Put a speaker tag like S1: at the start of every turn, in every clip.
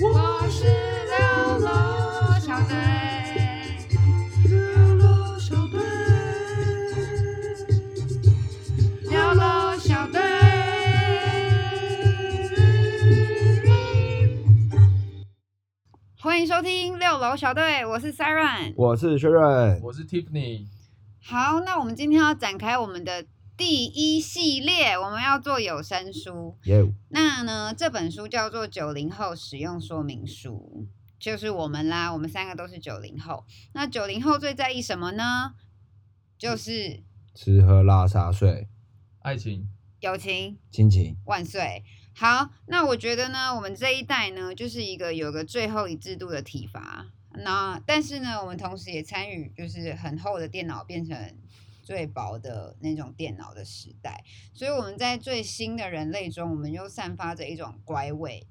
S1: 我是流浪小队，流浪小队，流浪小队。欢迎收听六楼小队，我是 Siren。
S2: 我是薛润，
S3: 我是 Tiffany，
S1: 好，那我们今天要展开我们的第一系列，我们要做有声书。
S2: 耶、
S1: 那呢，这本书叫做《九零后使用说明书》，就是我们啦，我们三个都是九零后。那九零后最在意什么呢？就是
S2: 吃喝拉撒睡，
S3: 爱情
S1: 友情
S2: 亲情，
S1: 万岁。好，那我觉得呢，我们这一代呢，就是一个有个最后一制度的体罚。那但是呢，我们同时也参与就是很厚的电脑变成最薄的那种电脑的时代，所以我们在最新的人类中，我们又散发着一种乖味。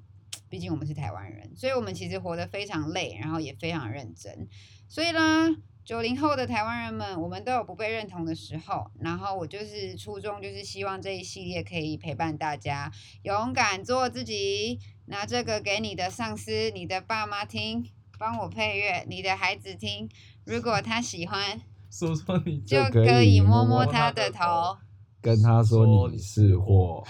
S1: 毕竟我们是台湾人，所以我们其实活得非常累，然后也非常认真。所以呢，九零后的台湾人们，我们都有不被认同的时候。然后我就是初衷，就是希望这一系列可以陪伴大家，勇敢做自己。拿这个给你的上司、你的爸妈听，帮我配乐，你的孩子听。如果他喜欢，
S3: 说说你
S1: 就
S2: 就可
S1: 可以
S2: 以
S1: 摸
S2: 摸
S1: 摸
S2: 摸
S1: 他
S3: 他
S1: 的
S3: 的
S1: 头
S3: 头。
S2: 跟他说你是货，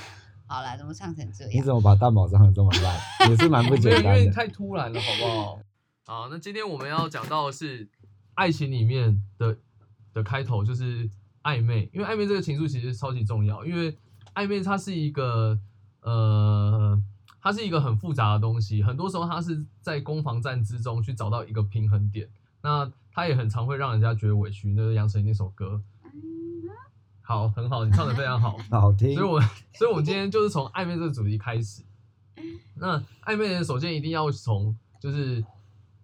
S1: 好了，怎么唱成这
S2: 你
S1: 样
S2: 怎？么把蛋堡唱的这么 烂，也是蛮不
S3: 没有，
S2: 简
S3: 因为
S2: 单的。
S3: 太突然了，好不好？好，那今天我们要讲到的是爱情里面的的开头，就是暧昧，因为暧昧这个情愫其实超级重要，因为暧昧它是一个呃，它是一个很复杂的东西，很多时候它是在攻防战之中去找到一个平衡点，那它也很常会让人家觉得委屈，那是杨丞琳那首歌。好，很好，你唱的非常好。
S2: 好听
S3: 所以，我 所以，我们今天就是从暧昧这个主题开始。那暧昧人首先一定要从就是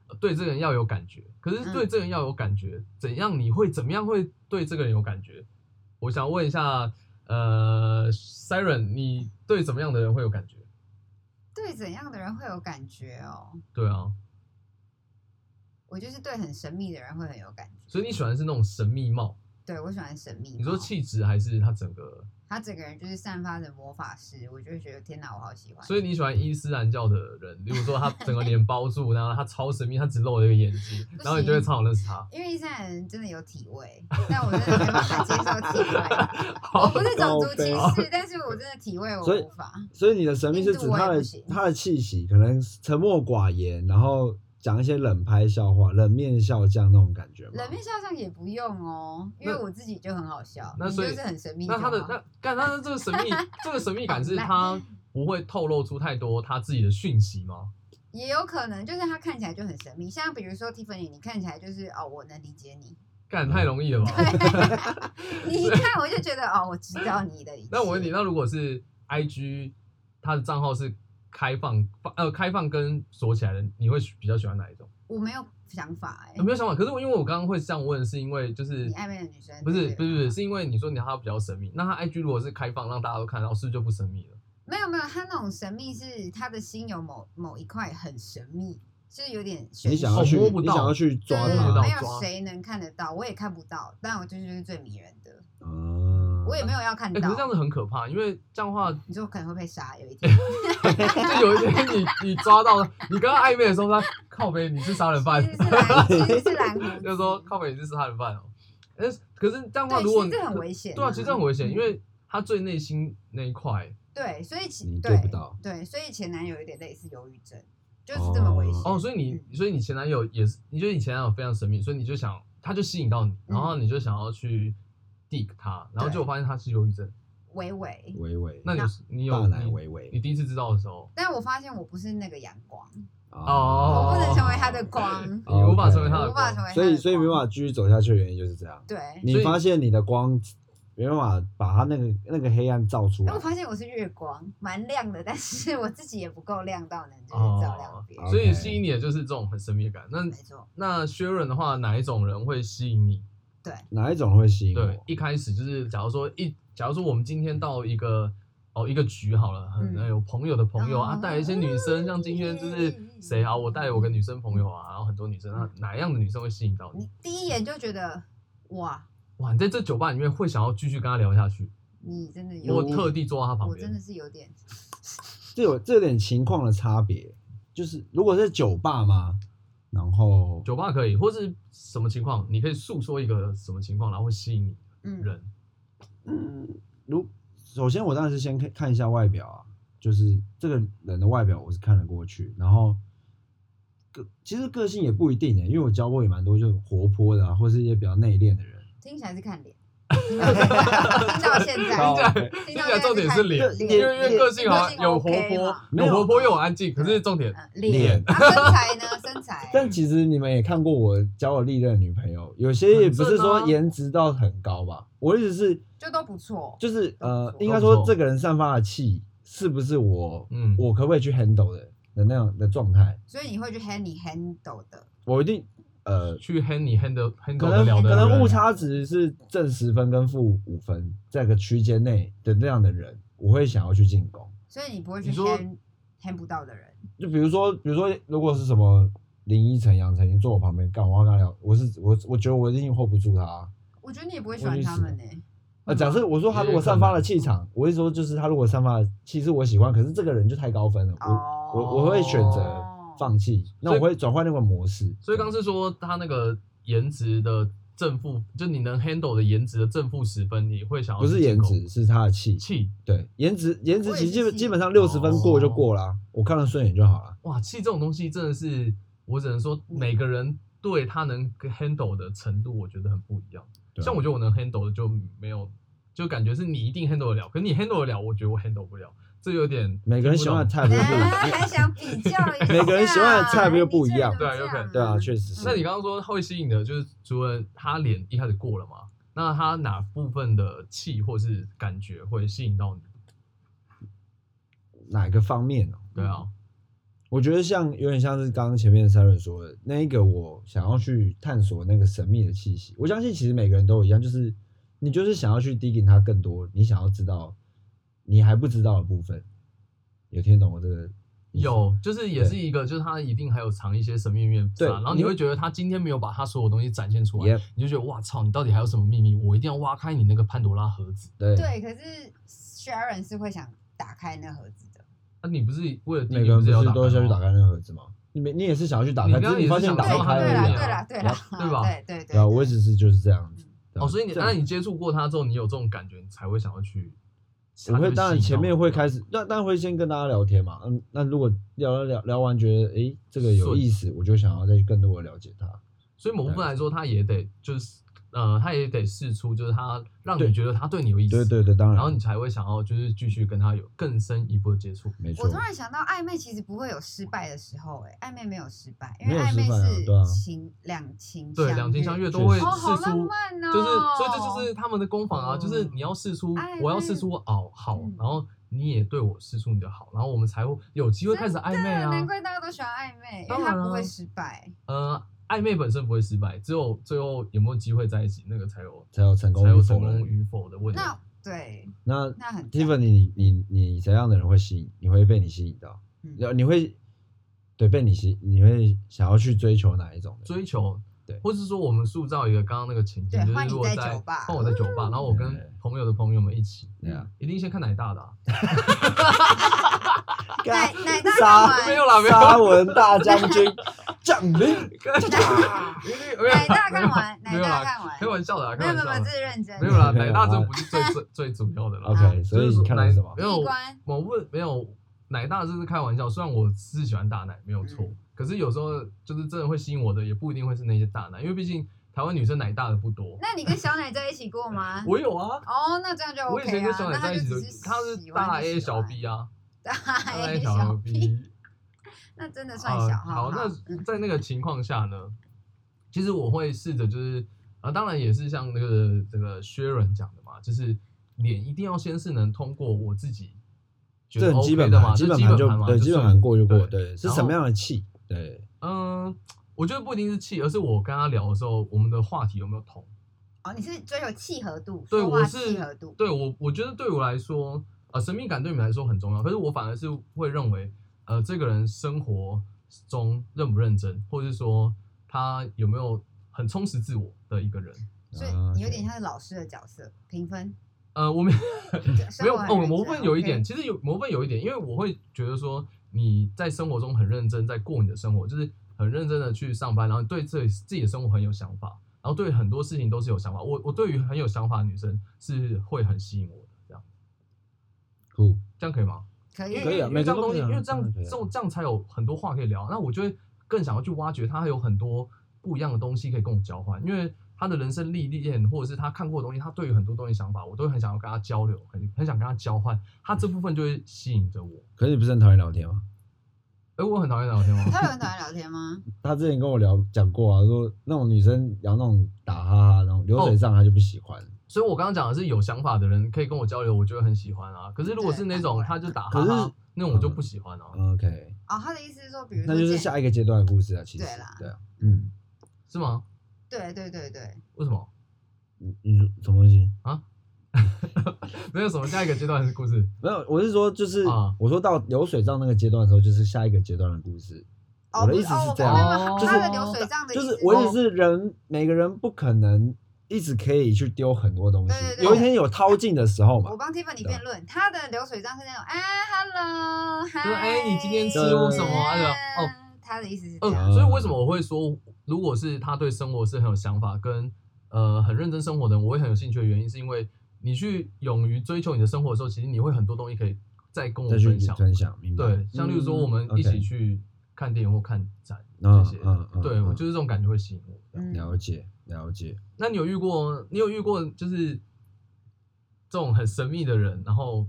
S3: 呃对这个人要有感觉，可是对这个人要有感觉，怎样你会怎么样会对这个人有感觉？我想问一下，呃，Siren，你对怎么样的人会有感觉？
S1: 对怎样的人会有感觉哦？
S3: 对啊，
S1: 我就是对很神秘的人会很有感觉。
S3: 所以你喜欢是那种神秘貌？
S1: 对我喜欢神秘。
S3: 你说气质还是他整个？
S1: 他整个人就是散发着魔法师，我就会觉得天哪，我好喜欢。
S3: 所以你喜欢伊斯兰教的人，比如说他整个脸包住，然后他超神秘，他只露了一个眼睛，然后你就会超想认识他。
S1: 因为伊斯兰人真的有体味，但我真的没办法接受 体味。我
S3: 好
S1: 不是种族歧
S3: 啊
S2: 高
S1: 视，但是我真的体味我
S2: 所以
S1: 无法。
S2: 所以你的神秘是指他
S1: 印度我也
S2: 的
S1: 不行
S2: 他的气息，可能沉默寡言，然后讲一些冷拍笑话、冷面笑匠那种感觉吗？
S1: 冷面笑匠也不用哦，因为
S3: 那
S1: 我自己就很好笑，
S3: 那
S1: 你
S3: 所以
S1: 就是很神秘就
S3: 那
S1: 好。
S3: 他的那干他的这个神 秘这个神秘感是
S1: 好烂
S3: 他不会透露出太多他自己的讯息吗？
S1: 也有可能就是他看起来就很神秘，像比如说 Tiffany，你看起来就是哦，我能理解你，
S3: 干太容易了吧？
S1: 你一看我就觉得哦，我知道你的一切。
S3: 那我问你，那如果是 I G 他的账号是开放呃开放跟锁起来的，你会比较喜欢哪一种？
S1: 我没有想法哎、
S3: 有没有想法？可是我因为我刚刚会这样问，是因为就是
S1: 你暧昧的女生
S3: 不是
S1: 对啊
S3: 不是不是，是因为你说你他比较神秘，那他 I G 如果是开放让大家都看到，是不是就不神秘了？
S1: 没有没有，他那种神秘是他的心有某某一块很神秘，就是有点玄
S2: 你想要
S1: 学
S2: 去，
S3: 哦摸不
S2: 你
S3: 到
S2: 想要去抓
S1: 对
S3: 摸不到
S2: 他
S1: 没有
S3: 抓
S1: 谁能看得到，我也看不到，但我就是就是最迷人的，
S2: 啊？
S1: 我也没有要看
S3: 哎、
S1: 到。
S3: 可是这样子很可怕，因为这样的话
S1: 你说我可能会被杀有一 天，
S3: 就有一天你你抓到了，你跟他暧昧的时候，他靠北你是杀人犯
S1: 其，实是 蓝，其实是蓝胡子，
S3: 就说靠北你是杀人犯哦。但是可是这样的话，
S1: 对，
S3: 如果
S1: 其
S3: 你
S1: 实这很危险、
S3: 对啊，其实这很危险，
S1: 嗯
S3: 因为他最内心那一块
S1: 对，所以其
S2: 你
S1: 对
S2: 对不到
S1: 对，所以前男友有点类似忧郁症，就是这么危险。
S3: 哦，所以你所以你前男友也是，你觉得你前男友非常神秘，所以你就想他就吸引到你，
S1: 嗯
S3: 然后你就想要去 dig 他，然后
S1: 对
S3: 结果发现他是忧郁症。
S1: 微微，
S2: 微微，
S3: 那你你有
S2: 大
S1: 啊
S2: 奶
S3: 你
S2: 微微
S3: 你第一次知道的时候，
S1: 但我发现我不是那个阳光，
S3: 哦
S1: 我不能成为他的光，
S3: 你无法成为他
S1: 我
S3: 的
S1: 哦无法
S3: 光
S1: 成为他的光。
S2: 啊所以所以没办法继续走下去的原因就是这样。
S1: 对，哎
S2: 你
S3: 所以
S2: 发现你的光没办法把他那个那个黑暗照出
S1: 因
S2: 来
S1: 为我，发现我是月光，蛮亮的，但是我自己也不够亮到能就是照亮
S3: 哦
S1: 别
S2: 好
S1: 人。
S3: 所以
S2: OK
S3: 吸引你的就是这种很神秘的感。那
S1: 没错，
S3: 那薛润的话，哪一种人会吸引你？
S2: 哪一种会吸引我？
S3: 对，一开始就是假如说一，假如说我们今天到一个哦一个局好了，很、
S1: 嗯
S3: 有朋友的朋友、啊，
S1: 哦嗯
S3: 带了一些女生，像今天就是谁啊，我带了我个女生朋友啊，然后很多女生，那哪样的女生会吸引到你？
S1: 你第一眼就觉得哇，
S3: 哇，你在这酒吧里面会想要继续跟她聊下去？
S1: 你真的有
S3: 我
S1: 点
S3: 特地坐到她旁
S1: 我真的
S3: 边，
S1: 是有点
S2: 这有这有点情况的差别，就是如果是酒吧嘛，然后
S3: 酒吧可以，或是什么情况，你可以诉说一个什么情况，然后会吸引你
S1: 嗯，
S3: 人。嗯
S2: 如首先我当然是先看看一下外表啊，就是这个人的外表我是看得过去，然后个其实个性也不一定欸的，因为我教过也蛮多就是活泼的啊，或是一些比较内敛的人。
S1: 听起来是 看脸，听到现在，听到现
S2: 好
S1: 在，
S2: OK
S1: 听
S3: 听
S1: 到
S3: 起来重点是
S1: 现在
S3: 脸，
S1: 看
S3: 因
S1: 脸
S3: 为因为
S1: 脸
S3: 个性好像
S1: 个啊
S3: 有活
S1: OK
S3: 泼
S1: 嘛，
S2: 没有
S3: 有活泼又有安静，可是重点
S1: 呃
S2: 脸
S1: 脸，啊身材呢？身材，
S2: 但其实你们也看过我交我历任的女朋友，有些也不是
S3: 很正
S2: 说
S3: 啊
S2: 颜值到很高吧，我意思是
S1: 就都不错，
S2: 就是呃，
S1: 都不错
S2: 应该说这个人散发的气是不是我，
S3: 嗯
S2: 我可不可以去 handle 的的那样的状态，
S1: 所以你会去 handle handle 的，
S2: 我一定呃
S3: 去 hand 你 handle handle
S2: 可
S3: 得
S2: 能
S3: 了的
S2: 可能
S3: 人
S2: 误差值是正十分跟负五分这个区间内的那样的人，我会想要去进攻。
S1: 所以你不会去
S3: 你说
S1: hand hand 不到的人，
S2: 就比如说，比如说，如果是什么林依晨、杨丞琳坐我旁边干，我要跟他聊，我是我我觉得我一定 hold 不住他啊。
S1: 我觉得你也不会喜欢他们呢。
S2: 呃，假设我说他
S3: 也
S2: 如果
S3: 可能
S2: 散发了气场，我会说就是他如果散发的气是我喜欢，可是这个人就太高分了，
S1: 哦
S2: 我我我会选择放弃，那
S3: 所以
S2: 我会转换那个模式。
S3: 所以刚是说他那个颜值的正负，就你能 handle 的颜值的正负十分，你会想要
S2: 不是
S3: 去
S2: 颜
S3: 进
S2: 值，
S3: 攻
S2: 是他的气。
S3: 气
S2: 对，颜值颜值
S1: 我也
S2: 其
S1: 是
S2: 实基本
S1: 气
S2: 基本上六十分过就
S3: 哦
S2: 过啦，我看了顺眼就好了。
S3: 哇，气这种东西真的是，我只能说每个人对他能 handle 的程度，我觉得很不一样。
S2: 对啊
S3: 像我觉得我能 handle 的就没有，就感觉是你一定 handle 得了，可是你 handle 得了，我觉得我 handle 不了，这有点
S2: 每个人喜欢的
S3: 听
S2: 菜
S1: 哎
S2: 不
S1: 还
S2: 是？
S1: 想比较一下，
S2: 每个人喜欢的菜不又不一样
S1: 你这人
S3: 对有可
S1: 怎
S3: 能
S1: 么这样
S2: 对啊，确实
S3: 不
S2: 是。
S3: 懂。那你刚刚说他会吸引的，就是除了他脸一开始过了嘛，那他哪部分的气或是感觉会吸引到你？
S2: 哪个方面呢、
S3: 对啊，
S2: 嗯我觉得像有点像是刚刚前面 Saren 说的那一个，我想要去探索那个神秘的气息。我相信其实每个人都一样，就是你就是想要去 digging 它更多，你想要知道你还不知道的部分。有听懂我这个意思吗？
S3: 有，就是也是一个，就是他一定还有藏一些神秘面纱，
S2: 嗯对
S3: 然后
S2: 你
S3: 你
S2: 会
S3: 会觉得他今天没有把他所有东西展现出来
S2: Yep，
S3: 你就觉得哇操，你到底还有什么秘密？我一定要挖开你那个潘多拉盒子。
S2: 对，
S1: 对，可是 Sharon 是会想打开那盒子的，
S3: 那你不是为了第一
S2: 每个人
S3: 不
S2: 不
S3: 是
S2: 是
S3: 要
S2: 都
S3: 开
S2: 要去
S3: 吗
S2: 打？开那个盒子吗？你没，你也是想要去打
S3: 你
S2: 开，
S3: 刚
S2: 只
S3: 刚
S2: 是你发现
S3: 也是
S2: 打
S3: 想
S2: 不
S3: 说
S2: 开
S3: 他
S2: 而
S1: 对
S2: 已、
S3: 有
S1: 啦，
S3: 点
S1: 对
S2: 啊。
S1: 啦，对啦，
S3: 对吧
S1: 对对对
S2: 对啊，我一直是就是这样子。对啊
S3: 哦，所以你
S2: 这
S3: 那你接触过他之后，你有这种感觉，你才会想要去。
S2: 我会当然前面会开
S3: 始，
S2: 始，那当然会先跟大家聊天嘛，嗯，那如果聊了聊聊完觉得诶这个有
S3: 顺
S2: 意思，我就想要再更多的了解他。
S3: 所以某部分来说，他也得就是呃，他也得试出，就是他让你
S2: 对
S3: 觉得他对你有意思，
S2: 对对对，当然。
S3: 然后你才会想要就是继续跟他有更深一步的接触。
S2: 没
S1: 我
S2: 错
S1: 突，然想到，暧昧其实不会有失败的时候、欸，哎，暧昧没有失败，因
S2: 没
S1: 为
S2: 有
S1: 暧昧
S2: 失败啊对啊
S1: 是情两情
S3: 对，两情相悦都会
S2: 确
S1: 哦，好
S3: 试
S1: 浪
S3: 出
S1: 漫哦，
S3: 就是，所以这就是他们的攻防啊，就是你要试出
S1: 哎，
S3: 我要试出我好好
S1: 嗯，
S3: 然后你也对我试出你的好，然后我们才会有机会开始暧昧
S1: 真的难
S3: 啊。
S1: 怪大家都喜欢暧昧，因
S3: 当
S1: 为
S3: 然
S1: 它
S3: 啊
S1: 不会失败。
S3: 呃，暧昧本身不会失败，只有最后有没有机会在一起，那个才有
S2: 才有成功
S3: 才有
S2: 与否
S3: 成功
S2: 的
S3: 与否的问题。
S1: 那对，
S2: 那
S1: 那很赞
S2: Tiffany，你你你怎样的人会吸引？你会被你吸引到？
S1: 嗯
S2: 然后你会对被你吸，你会想要去追求哪一种 人？
S3: 追求，
S2: 对
S3: 或是说我们塑造一个刚刚那个情境，
S1: 对
S3: 就是
S1: 换你
S3: 如果
S1: 在
S3: 在
S1: 酒吧
S3: 换我在酒吧，然后我跟
S2: 对
S3: 朋友的朋友们一起，
S2: 嗯
S3: 嗯
S2: 对啊，
S3: 一定先看奶大的啊，
S1: 奶奶大干
S2: 沙
S1: 嘛？
S3: 没有啦，没有啦
S2: 沙，文大将军 降临，
S1: 奶
S3: 奶
S1: 大干完，
S3: 没
S1: 奶
S3: 有
S1: 大
S3: 啦，
S1: 干完
S3: 开，玩笑的啊，
S1: 没
S3: 开
S1: 有
S3: 玩
S1: 没有没有，这。
S3: 笑的
S1: 是认真
S3: 没
S1: 的。
S3: 有啦，
S2: 没
S3: 奶
S2: 有
S3: 大
S2: 啦
S3: 这不是最 最最主要的啦。
S2: OK，所以
S3: 就是
S2: 你看了
S3: 奶
S2: 什么
S3: 没？有
S1: 器官
S3: 某部没有奶大这是开玩笑，虽然我是喜欢大奶没有错，
S1: 嗯
S3: 可是有时候就是真的会吸引我的，也不一定会是那些大奶，因为毕竟台湾女生奶大的不多。
S1: 那你跟小奶在一起过吗？
S3: 我有啊，
S1: 哦，那这样就
S3: 我以
S1: OK
S3: 前跟
S1: 啊。
S3: 小奶
S1: 那
S3: 在
S1: 他
S3: 一
S1: 就
S3: 起
S1: 只
S3: 的，她是
S1: 喜欢
S3: 大
S1: 就喜
S3: A
S1: 欢
S3: 小 B 啊，
S1: 大
S3: 大
S1: A
S3: A 小
S1: B，
S3: B。
S1: 那真的算
S3: 啊，
S1: 小号。
S3: 好，那在那个情况下呢，其实我会试着就是啊，当然也是像那个这个薛仁讲的嘛，就是脸一定要先是能通过我自己觉
S2: 这
S3: 得
S2: 很基
S3: OK
S2: 本
S3: 的嘛，
S2: 基
S3: 这
S2: 本
S3: 基
S2: 盘
S3: 本
S2: 就
S3: 盘嘛，
S2: 对，
S3: 就
S2: 基本
S3: 顺
S2: 盘
S3: 眼
S2: 过就过，
S3: 对，
S2: 对，是
S3: 然
S2: 什么
S3: 后
S2: 样的气？对，
S3: 嗯。我觉得不一定是气，而是我跟他聊的时候，我们的话题有没有同？
S1: 哦，你是追求契合度，
S3: 对
S1: 说
S3: 我
S1: 话
S3: 是
S1: 契合度。
S3: 对我，我觉得对我来说，呃，神秘感对你们来说很重要，可是我反而是会认为，呃，这个人生活中认不认真，或是说他有没有很充实自我的一个人。
S1: 所以
S2: 啊
S1: 你有
S2: ，OK
S1: 点像是老师的角色评分，
S3: 呃，我们没有
S1: 生活
S3: 哦，
S1: 很
S3: 我
S1: 认
S3: 部
S1: 真
S3: 分有一
S1: OK
S3: 点，其实有某部分有一点，因为我会觉得说你在生活中很认真，在过你的生活，就是很认真的去上班，然后对自己自己的生活很有想法，然后对很多事情都是有想法。我我对于很有想法的女生是会很吸引我的，这样
S2: 酷，
S3: 这样可以吗？
S1: 可
S3: 因为
S2: 可以
S1: 以
S2: 啊
S3: 因
S2: 每
S3: 为
S2: 个
S3: 这样
S2: 都
S3: 东西，
S2: 可以啊
S3: 因为这
S2: 当然
S3: 样
S2: 可以啊
S3: 这种这样才有很多话可以聊。那我就会更想要去挖掘他还有很多不一样的东西可以跟我交换，因为他的人生历练或者是他看过的东西，他对于很多东西想法，我都会很想要跟他交流，很很想跟他交换。他这部分就会吸引着我。
S2: 可是你不是很讨厌聊天吗？
S3: 哎，我很讨厌聊天吗？
S1: 他有很讨厌聊天吗？
S2: 他之前跟我聊讲过啊，说那种女生聊那种打哈哈那种
S3: 哦
S2: 流水账，他就不喜欢。
S3: 所以我刚刚讲的是有想法的人可以跟我交流，我就会很喜欢啊。可是如果是那种
S1: 对
S3: 他就打哈
S2: 可是
S3: 哈那种，我就不喜欢啊。
S2: OK，
S1: 哦，他的意思是说，比如说
S2: 那就是
S1: 见
S2: 下一个阶段的故事啊，其实
S1: 对啦
S2: 对啊，嗯，
S3: 是吗？
S1: 对对对对，
S3: 为什么？
S2: 你你说什么东西？
S3: 没有什么下一个阶段的故事
S2: 没有，我是说就是、
S3: 啊
S2: 我说到流水账那个阶段的时候，就是下一个阶段的故事。
S1: 哦
S2: 我的
S1: 不
S2: 意思
S1: 哦
S2: 是
S1: 我
S2: 这啊
S1: 明白
S3: 样
S1: 了他
S3: 哦
S1: 的
S3: 就是
S1: 流水账的意
S2: 就
S1: 思
S2: 是我也
S1: 哦
S2: 是人，每个人不可能一直可以去丢很多东西
S1: 对对，对
S2: 有一天有掏尽的时候嘛
S1: 我。帮 Tiffany
S2: 对啊
S1: 辩论，他的流水账是那种啊，hello，嗨，
S3: 就是哎你今天吃
S2: 了什
S3: 么哎呀哦
S1: 嗯他的意思是这
S3: 嗯，
S1: 样，
S2: 啊
S3: 所以为什么我会说，如果是他对生活是很有想法，跟呃很认真生活的人，我会很有兴趣的原因，是因为你去勇于追求你的生活的时候，其实你会很多东西可以再跟我
S2: 再去
S3: 分享。
S2: 分享，明白？
S3: 对，像例如说我们一起去看电影或看展这
S2: 嗯
S3: 些，
S2: 嗯嗯，
S3: 对我就是这种感觉会吸引我。
S1: 嗯
S2: 了解了解。
S3: 那你有遇过，你有遇过就是这种很神秘的人，然后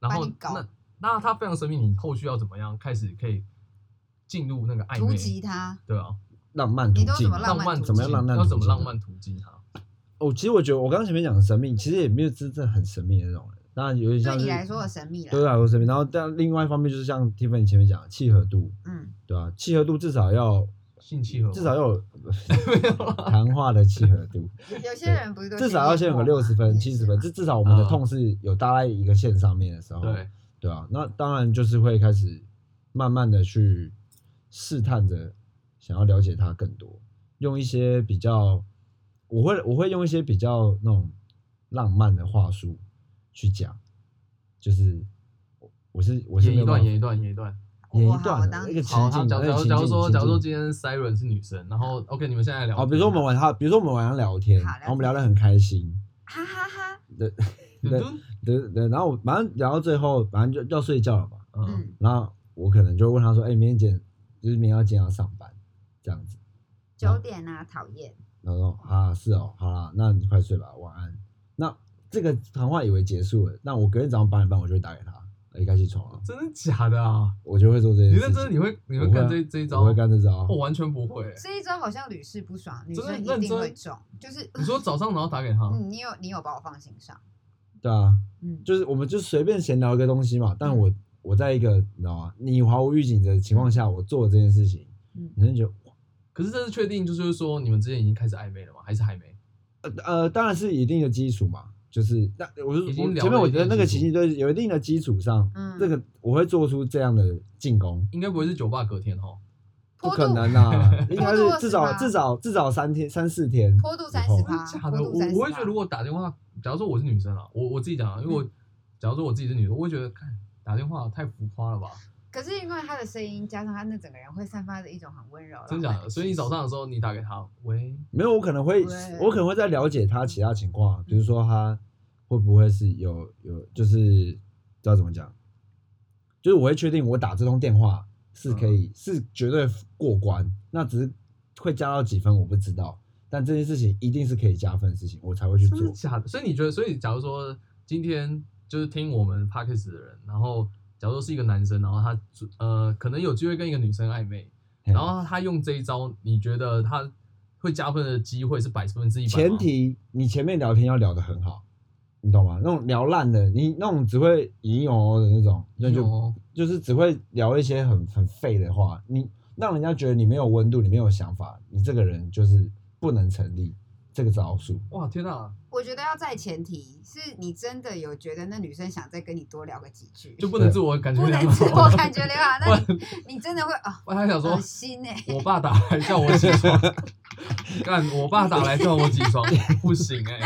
S3: 然
S1: 把
S3: 后
S1: 你搞
S3: 那那他非常神秘，你后续要怎么样开始可以进入那个暧
S1: 突
S3: 昧？
S1: 击他，
S3: 对啊，
S2: 浪漫途
S1: 你都怎
S2: 径
S1: 么，
S2: 啊
S1: 浪漫
S3: 漫
S1: 途
S2: 怎么样
S3: 径
S2: 浪漫
S3: 要
S2: 途
S3: 怎么
S2: 径
S3: 浪
S2: 呢
S3: 漫途径啊？
S2: 哦，其实我觉得我刚刚前面讲的神秘，其实也没有真正很神秘的那种人，当然有点
S1: 对
S2: 像是
S1: 你来说很神秘了，
S2: 对啊我来说神秘。然后但另外一方面就是像 Tiffany 前面讲的契合度，
S1: 嗯，
S2: 对吧、契合度至少要
S3: 性契合吗
S2: 至少要 有 谈话的契合度，
S1: 有些人不是都
S2: 至少要先有个
S1: 练过
S2: 六
S1: 吗
S2: 十分、
S1: 也
S2: 七十
S1: 是
S2: 分，
S1: 嘛
S2: 这至少我们的
S3: 嗯
S2: 痛是有搭在一个线上面的时候，
S3: 对，
S2: 对啊，那当然就是会开始慢慢的去试探着，想要了解他更多，用一些比较，我会我会用一些比较那种浪漫的话术去讲，就是我我是我是
S3: 演
S2: 没
S3: 一
S2: 有办
S3: 段，
S2: 法
S3: 演一段，演一段。
S2: 演
S1: 我
S2: 一
S1: 好
S2: 段
S1: 我
S2: 的
S1: 当
S2: 那个情
S3: 好，他
S2: 境，
S3: 假
S2: 那个
S3: 如
S2: 情
S3: 假如
S2: 境
S3: 说，假如说
S2: 情境
S3: 今天 Siren 是女生，然后 OK，你们现在聊
S2: 哦，比如说我们晚上，比如说我们晚上聊天，
S1: 好
S2: 然后我们
S1: 聊
S2: 聊得很开心，
S1: 啊哈哈哈，
S3: 天，
S2: 对对对，然后我反正聊到最后，反正就要睡觉了嘛，
S3: 嗯，
S1: 嗯，
S2: 然后我可能就会问他说，哎、明天几点？就是明天要几点要上班？这样子。
S1: 九点啊，讨厌，
S2: 然后说啊，是哦，好啦，那你快睡吧，晚安。那这个谈话以为结束了，那我隔天早上八点半我就会打给他，哎，该起床了，
S3: 真的假的啊？
S2: 我就会做这件
S3: 你
S2: 事情。
S3: 认真，你会你
S2: 我
S3: 会
S2: 会啊
S3: 干这这一招？
S2: 我会干这招啊
S3: 我完全不会欸。
S1: 这一招好像屡试不爽，女
S3: 真的
S1: 生一
S3: 认
S1: 定
S3: 真
S1: 会中，就是
S3: 你说早上然后打给他，
S1: 嗯，你有你有把我放心上，
S2: 对啊，
S1: 嗯，
S2: 就是我们就随便闲聊一个东西嘛。但我、
S3: 嗯
S2: 我在一个你知道吗？你毫无预警的情况下，我做了这件事情，
S1: 嗯
S2: 你就觉得哇
S3: 可是这是确定，就是说你们之间已经开始暧昧了吗？还是还没？
S2: 呃呃，当然是一定的基础嘛。就是那我是
S3: 已经
S2: 我
S3: 聊
S2: 前面
S3: 了
S2: 我
S3: 一
S2: 觉得
S3: 定
S2: 那
S3: 的
S2: 个
S3: 基
S2: 情
S3: 础
S2: 境就是有一定的基础上，
S1: 嗯
S2: 这个我会做出这样的进攻。
S3: 应该不会是酒吧隔天哦哈？
S2: 不
S1: 坡
S2: 可
S1: 度
S2: 能啊，应该
S1: 多多
S2: 是
S1: 二
S2: 至
S1: 十
S2: 少
S1: 趴
S2: 至少至少三天三四天，
S1: 坡度三十
S2: 以后
S1: 趴，
S3: 假
S1: 坡
S3: 的，
S1: 度
S3: 我
S1: 三十
S3: 我会觉得如果打电话，假如说我是女生啊，我我自己讲啊，因为我假如说我自己是女生，我会觉得看打电话太浮夸了吧？
S1: 可是因为他的声音加上他那整个人会散发着一种很温柔，
S3: 真假的？所以你早上的时候你打给他，喂，
S2: 没有我可能会
S1: 对
S2: 我可能会再了解他其他情况，比如说他会不会是有有就是知道怎么讲，就是我会确定我打这通电话是可以、是绝对过关，那只是会加到几分我不知道，但这件事情一定是可以加分的事情，我才会去
S3: 真
S2: 做
S3: 的。假的？所以你觉得，所以假如说今天就是听我们 podcast 的人，然后假如说是一个男生，然后他呃可能有机会跟一个女生暧昧，
S2: 嘿
S3: 然后他用这一招，你觉得他会加分的机会是百分之一百？
S2: 前。提你前面聊天要聊得很好，你懂吗？那种聊烂的，你那种只会引用哦的那种，那就
S3: 有
S2: 就是只会聊一些很很废的话，你让人家觉得你没有温度，你没有想法，你这个人就是不能成立。这个招数。
S3: 哇，天啊哪，
S1: 我觉得要在前提是你真的有觉得那女生想再跟你多聊个几句，
S3: 就不能自我感觉
S1: 不
S3: 良
S1: 能
S3: 好
S1: 自我感觉良好，
S3: 哇
S1: 那你你真的会啊
S3: 我还想说
S1: 恶，心哎、
S3: 我爸打来叫我起床，干，我爸打来叫我起床，不行哎、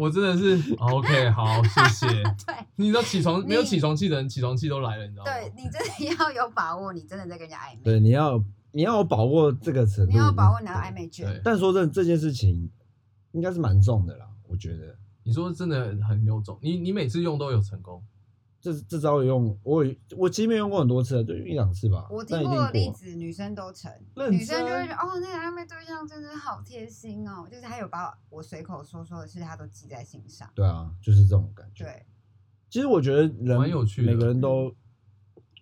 S3: 我真的是 OK，好，谢谢。
S1: 对
S3: 你知道起床
S1: 你
S3: 没有起床气的人，起床气都来了，你知道吗？
S1: 对，你真的要有把握，你真的在跟人家暧昧，
S2: 对，你要你要有把握这个程度，
S1: 你要有把握拿到暧昧
S3: 对
S1: 券。
S2: 但说真的，这件事情应该是蛮重的啦，我觉得
S3: 你说真的很有种，你你每次用都有成功，
S2: 这这招有用，我有我其实没用过很多次了，啊就一两次吧。
S1: 我
S2: 但
S1: 听
S2: 一定
S1: 过的例
S2: 过，
S1: 子，女生都成，
S3: 认
S1: 女生就会
S3: 真
S1: 觉得哦，那个暧昧对象真的好贴心哦，就是还有把我随口说说的事，她都记在心上。
S2: 对啊，就是这种感觉。
S1: 对，
S2: 其实我觉得人
S3: 蛮有趣的
S2: 每个人都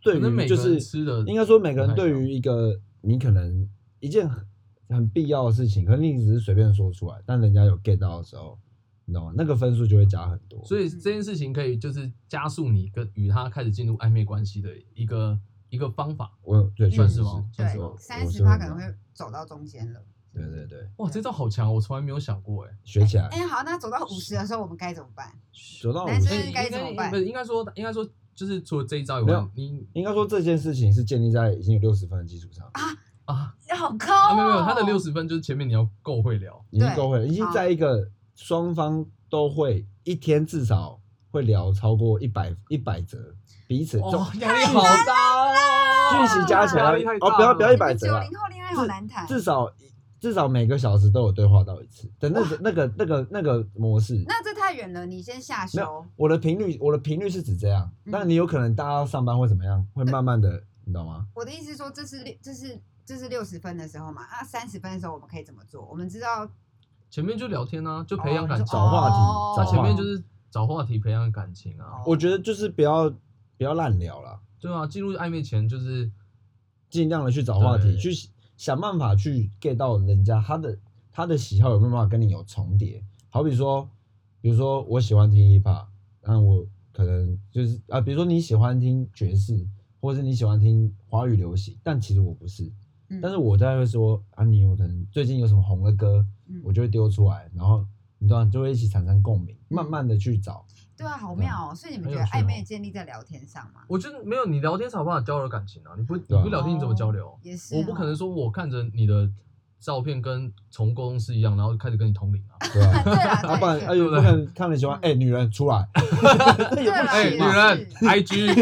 S2: 对
S3: 可能
S2: 于
S3: 每
S2: 就
S3: 个人
S2: 是
S3: 吃的
S2: 应该说每个人
S3: 不太一
S2: 对
S3: 样
S2: 于一个你可能一件很很必要的事情，可能你只是随便说出来，但人家有 get 到的时候，你懂吗？那个分数就会加很多。
S3: 所以这件事情可以就是加速你跟与他开始进入暧昧关系的一个一个方法。
S2: 我对
S3: 算
S2: 确
S3: 是
S2: 实
S3: 吗
S2: 确
S3: 算
S2: 实
S3: 哦是
S2: 我
S1: 对，三
S2: 我
S1: 十
S2: 是会
S1: 趴
S2: 这
S1: 可能
S2: 样
S1: 会走到中间了。
S2: 对对对，
S3: 哇，这招好强，我从来没有想过哎。
S2: 学起来
S1: 哎、好，那走到五十的时候，我们该怎么办？
S2: 走到五
S1: 男生
S2: 十
S1: 应该怎么办
S3: 不哎是应该说应该说就是除了这一招以
S2: 没
S3: 外
S2: 有，
S3: 你
S2: 应该说这件事情是建立在已经有六十分的基础上，
S3: 啊
S1: 好抠、哦
S3: 啊没有没有，他的六十分就是前面你要够会聊，
S2: 已经
S1: 对
S2: 够会了，已经
S1: 好
S2: 在一个双方都会一天至少会聊超过一百一百则，彼此这种
S3: 哇，压力好大哦，
S2: 讯息加起
S3: 压
S2: 来
S3: 力太大
S2: 哦，不要不要
S3: 了
S2: 一百则
S1: 九
S2: 啊
S1: 零后恋爱好难谈。
S2: 至少至少每个小时都有对话到一次的那个那个那个那个模式。
S1: 那这太远了，你先下
S2: 没
S1: 手。
S2: 我的频率，我的频率是指这样，
S1: 嗯
S2: 那你有可能大家上班会怎么样？会慢慢的，你懂吗？
S1: 我的意思是说，这是六，这是这是六十分的时候嘛？那三十分的时候我们可以怎么做？我们知道
S3: 前面就聊天啊，就培养感
S1: 哦
S3: 情，
S1: 你说
S2: 找话题
S1: 哦
S2: 找话
S3: 他
S2: 题
S3: 前面就是找话题培养感情啊，
S1: 哦
S2: 我觉得就是不要不要乱聊啦，
S3: 对啊，进入暧昧前就是
S2: 尽量的去找话
S3: 对
S2: 题，去想办法去 get 到人家他的他的喜好有没有办法跟你有重叠。好比说，比如说我喜欢听 hiphop，那我可能就是啊，比如说你喜欢听爵士，或者是你喜欢听华语流行，但其实我不是，
S1: 嗯
S2: 但是我大概会说啊，你有可能最近有什么红的歌，
S1: 嗯
S2: 我就会丢出来，然后你懂吗？就会一起产生共鸣，
S1: 嗯
S2: 慢慢的去 找。
S1: 对啊，好妙哦。所以你们
S3: 很
S1: 觉
S3: 有
S1: 得
S3: 趣哦
S1: 暧昧建立在聊天上吗？
S3: 我觉得没有你聊天才有办法交流感情啊！你不你
S2: 对啊
S3: 不聊天你怎么交流
S1: 哦？也是哦，
S3: 我不可能说我看着你的照片跟从公司一样，然后开始跟你同龄啊！
S2: 对 吧？
S1: 对啦。
S2: 啊，不然
S1: 对
S2: 哎，有不能看了喜欢哎、女人出 来，这也
S1: 对啊啦
S2: 不
S3: 哎，
S1: 是
S2: 行
S3: 女
S2: 嘛。
S3: 人
S1: 是
S3: ，IG，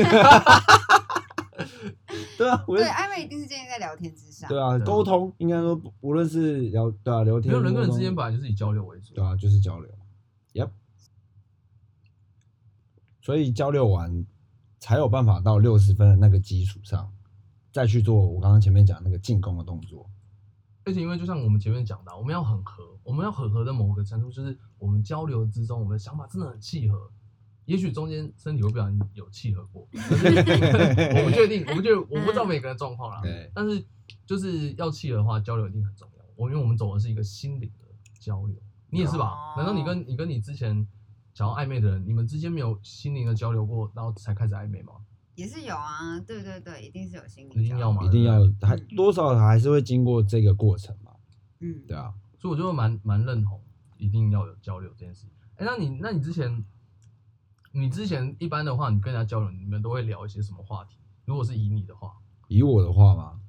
S2: 对啊，我就
S1: 对，暧昧一定是建立在聊天之上。
S2: 对啊，
S3: 对
S2: 沟通应该说不无论是聊对啊聊天，
S3: 没有人
S2: 沟
S3: 跟人之
S2: 通
S3: 间本来就是以交流为主
S2: 对。啊，就是交流。Yep。所以交流完才有办法到六十分的那个基础上，再去做我刚刚前面讲那个进攻的动作。
S3: 而且因为就像我们前面讲的啊，我们要很合，我们要很合的某个程度，就是我们交流之中，我们的想法真的很契合。也许中间身体会不小心有契合过，可是 我不确定，我不确，我不知道每个人的状况啦。
S2: 对
S3: 但是就是要契合的话，交流一定很重要。我因为我们走的是一个心灵的交流，你也是吧
S1: 哦？
S3: 难道你跟你跟你之前想要暧昧的人，你们之间没有心灵的交流过，然后才开始暧昧吗？
S1: 也是有啊，对对对，一定是有心理。
S3: 一定要嘛
S2: 一定要还多少还是会经过这个过程嘛，
S1: 嗯，
S2: 对啊。
S3: 所以我就蛮蛮认同，一定要有交流这件事。哎、那你那你之前，你之前一般的话，你跟人家交流，你们都会聊一些什么话题？如果是以你的话，
S2: 以我的话嘛，